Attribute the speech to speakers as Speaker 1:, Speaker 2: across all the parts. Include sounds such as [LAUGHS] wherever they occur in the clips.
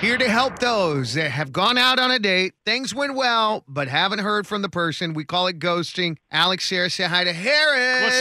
Speaker 1: Here to help those that have gone out on a date, things went well, but haven't heard from the person. We call it ghosting. Alex here, say hi to Harris.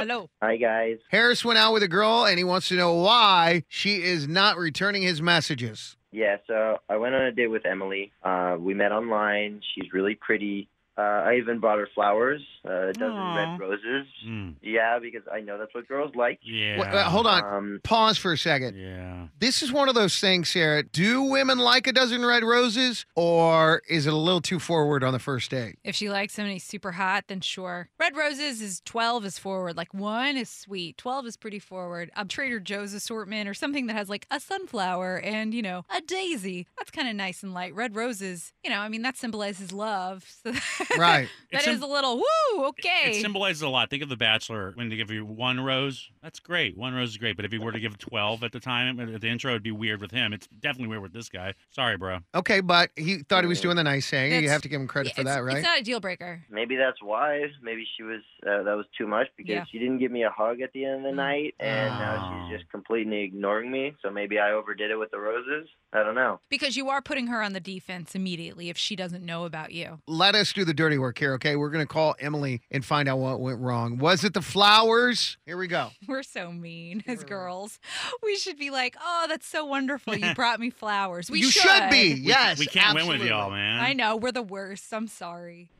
Speaker 2: Hello.
Speaker 3: Hi guys.
Speaker 1: Harris went out with a girl and he wants to know why she is not returning his messages.
Speaker 3: Yeah, so I went on a date with Emily. Uh, we met online. She's really pretty. Uh, I even bought her flowers, uh, a dozen red roses.
Speaker 4: Mm,
Speaker 3: Yeah, because I know that's what girls like.
Speaker 4: yeah.
Speaker 1: Wha- uh, hold on.
Speaker 3: Um,
Speaker 1: Pause for a second.
Speaker 4: Yeah.
Speaker 1: This is one of those things, Sarah. Do women like a dozen red roses or is it a little too forward on the first
Speaker 2: [LAUGHS]
Speaker 1: date?
Speaker 2: If she likes him and he's super hot, then sure. Red roses is 12 is forward. Like one is sweet. 12 is pretty forward. Um, Trader Joe's assortment or something that has like a sunflower and, you know, a daisy. That's kind of nice and light. Red roses, you know, I mean, that symbolizes love. So [LAUGHS]
Speaker 1: Right.
Speaker 2: that
Speaker 4: It's
Speaker 2: is
Speaker 4: sym-
Speaker 2: a little, woo, okay.
Speaker 4: It symbolizes a lot. Think of The Bachelor. When they give you one rose, that's great. One rose is great. But if you were to give 12 at the time, at the intro, it'd be weird with him. It's definitely weird with this guy. Sorry, bro.
Speaker 1: Okay, but he thought he was doing the nice thing. you
Speaker 2: That's-
Speaker 1: have to give him credit
Speaker 2: Yeah,
Speaker 1: for
Speaker 2: it's-
Speaker 1: that, right?
Speaker 2: It's not a deal breaker.
Speaker 3: maybe that's why. Maybe she was uh, that was too much because
Speaker 2: Yeah.
Speaker 3: she didn't give me a hug at the end of the
Speaker 2: Mm.
Speaker 3: night, and now
Speaker 4: Oh.
Speaker 3: she's just completely ignoring me. So maybe I overdid it with the roses. I don't know.
Speaker 2: Because you are putting her on the defense immediately if she doesn't know about you. [LAUGHS]
Speaker 1: Let us do the dirty work here, okay? We're going to call Emily and find out what went wrong. Was it the flowers? Here we go.
Speaker 2: We're so mean as girls. We should be like, oh, that's so wonderful. You brought me flowers. We
Speaker 1: you should, be. yes.
Speaker 4: We can't win with
Speaker 1: absolutely.
Speaker 4: y'all, man.
Speaker 2: I know, we're the worst. I'm sorry.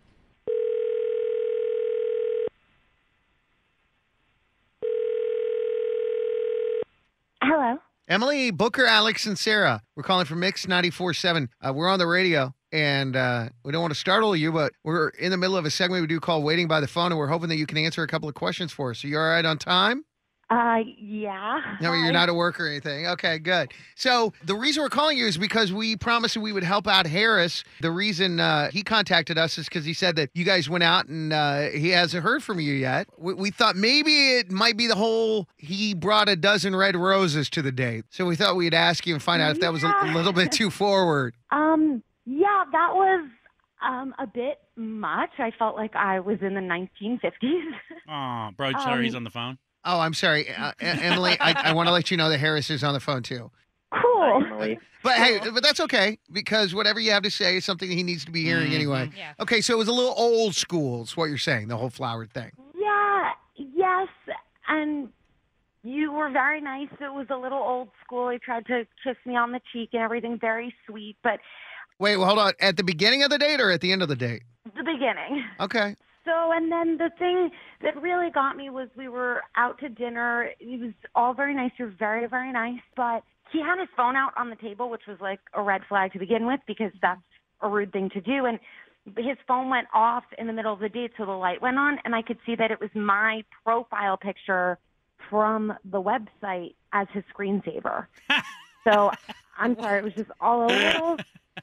Speaker 5: Hello.
Speaker 1: Emily, Booker, Alex, and Sarah. We're calling from Mix 94.7. Uh, we're on the radio, and uh, we don't want to startle you, but we're in the middle of a segment we do call Waiting by the Phone, and we're hoping that you can answer a couple of questions for us. Are you all right on time?
Speaker 5: Uh, yeah.
Speaker 1: No,
Speaker 5: Hi.
Speaker 1: you're not at work or anything. Okay, good. So the reason we're calling you is because we promised that we would help out Harris. The reason uh, he contacted us is because he said that you guys went out and uh, he hasn't heard from you yet. We, we thought maybe it might be the whole he brought a dozen red roses to the date. So we thought we'd ask you and find out if that was a
Speaker 5: Yeah.
Speaker 1: little bit too forward.
Speaker 5: Um, yeah, that was um a bit much. I felt like I was in the 1950s.
Speaker 4: Aw, bro, sorry,
Speaker 5: Um,
Speaker 4: he's on the phone.
Speaker 1: Oh, I'm sorry, uh, E- Emily. I, I want to let you know that Harris is on the phone too.
Speaker 5: [LAUGHS] cool.
Speaker 3: Hi, Emily.
Speaker 1: But hey, but that's okay because whatever you have to say is something he needs to be hearing
Speaker 5: Mm-hmm.
Speaker 4: Mhm.
Speaker 1: anyway.
Speaker 2: Yeah.
Speaker 1: Okay, so it was a little old school, is what you're saying, the whole flower thing.
Speaker 5: Yeah. Yes. And you were very nice. It was a little old school. He tried to kiss me on the cheek and everything. Very sweet, but
Speaker 1: Wait, well, hold on. At the beginning of the date or at the end of the date?
Speaker 5: the beginning.
Speaker 1: Okay.
Speaker 5: So, and then the thing that really got me was we were out to dinner. It was all very nice. You're very, very nice. But he had his phone out on the table, which was like a red flag to begin with because that's a rude thing to do. And his phone went off in the middle of the date, so the light went on, and I could see that it was my profile picture from the website as his screensaver. so I'm sorry, it was just all a little,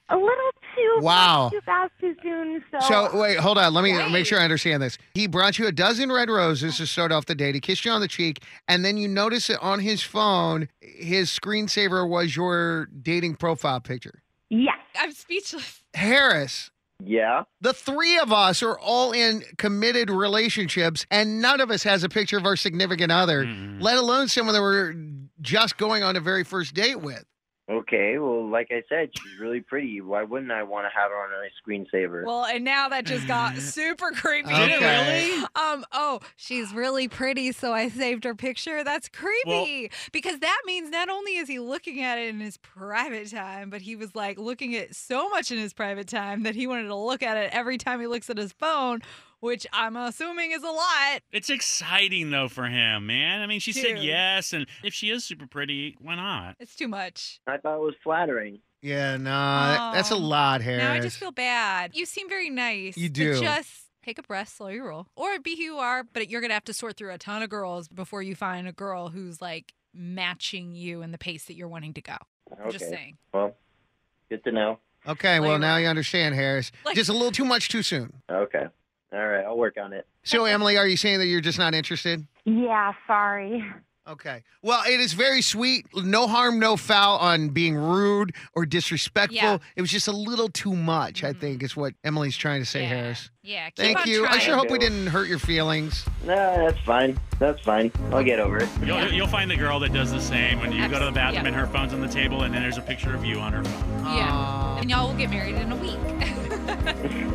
Speaker 5: a little too
Speaker 1: Wow.
Speaker 5: too fast, too soon.
Speaker 1: So, uh, wait, hold on. Let me make
Speaker 2: Wait.
Speaker 1: sure I understand this. He brought you a dozen red roses to start off the date. He kissed you on the cheek. And then you notice that on his phone, his screensaver was your dating profile picture.
Speaker 5: yes.
Speaker 2: I'm speechless.
Speaker 1: Harris,
Speaker 3: Yeah.
Speaker 1: the three of us are all in committed relationships, and none of us has a picture of our significant other,
Speaker 4: Mm-mm.
Speaker 1: let alone someone that we're just going on a very first date with.
Speaker 3: Okay. Well, like I said, she's really pretty. Why wouldn't I want to have her on a screensaver?
Speaker 2: Well, and now that just
Speaker 1: [LAUGHS]
Speaker 2: got super creepy.
Speaker 1: Did it Okay.
Speaker 2: Um, oh, she's really pretty, so I saved her picture. That's creepy. because that means not only is he looking at it in his private time, but he was like looking at so much in his private time that he wanted to look at it every time he looks at his phone, which I'm assuming is a lot.
Speaker 4: It's exciting, though, for him, man. I mean, she said
Speaker 2: Dude.
Speaker 4: yes. And if she is super pretty, why not?
Speaker 2: It's too much.
Speaker 3: I thought it was flattering.
Speaker 1: Yeah, no, that, that's a
Speaker 2: Oh.
Speaker 1: lot, Harris.
Speaker 2: Now I just feel bad. You seem very nice.
Speaker 1: You
Speaker 2: but
Speaker 1: do.
Speaker 2: just take a breath, slow your roll, or be who you are. But you're gonna have to sort through a ton of girls before you find a girl who's like matching you and the pace that you're wanting to go. I'm
Speaker 3: Okay.
Speaker 2: just saying.
Speaker 3: Well, Good to know.
Speaker 1: Okay, well,
Speaker 2: Like-
Speaker 1: now you understand, Harris.
Speaker 2: Like-
Speaker 1: just a little too much too soon.
Speaker 3: Okay. All right. I'll work on it.
Speaker 1: So, Emily, are you saying that you're just not interested?
Speaker 5: Yeah, sorry.
Speaker 1: Okay. Well, it is very sweet. No harm, no foul on being rude or disrespectful.
Speaker 2: Yeah.
Speaker 1: It was just a little too much, I
Speaker 2: Mhm.
Speaker 1: think, is what Emily's trying to say,
Speaker 2: yeah.
Speaker 1: Harris.
Speaker 2: Yeah. Keep
Speaker 1: Thank
Speaker 2: on
Speaker 1: you. I
Speaker 2: Trying.
Speaker 1: sure hope we didn't hurt your feelings.
Speaker 3: Nah, that's fine. That's fine. I'll get over it.
Speaker 4: You'll,
Speaker 2: Yeah.
Speaker 4: you'll find the girl that does the same when you go to the
Speaker 2: Abs-
Speaker 4: bathroom
Speaker 2: yeah.
Speaker 4: and her phone's on the table, and then there's a picture of you on her phone.
Speaker 2: Yeah. And y'all will get married in a week.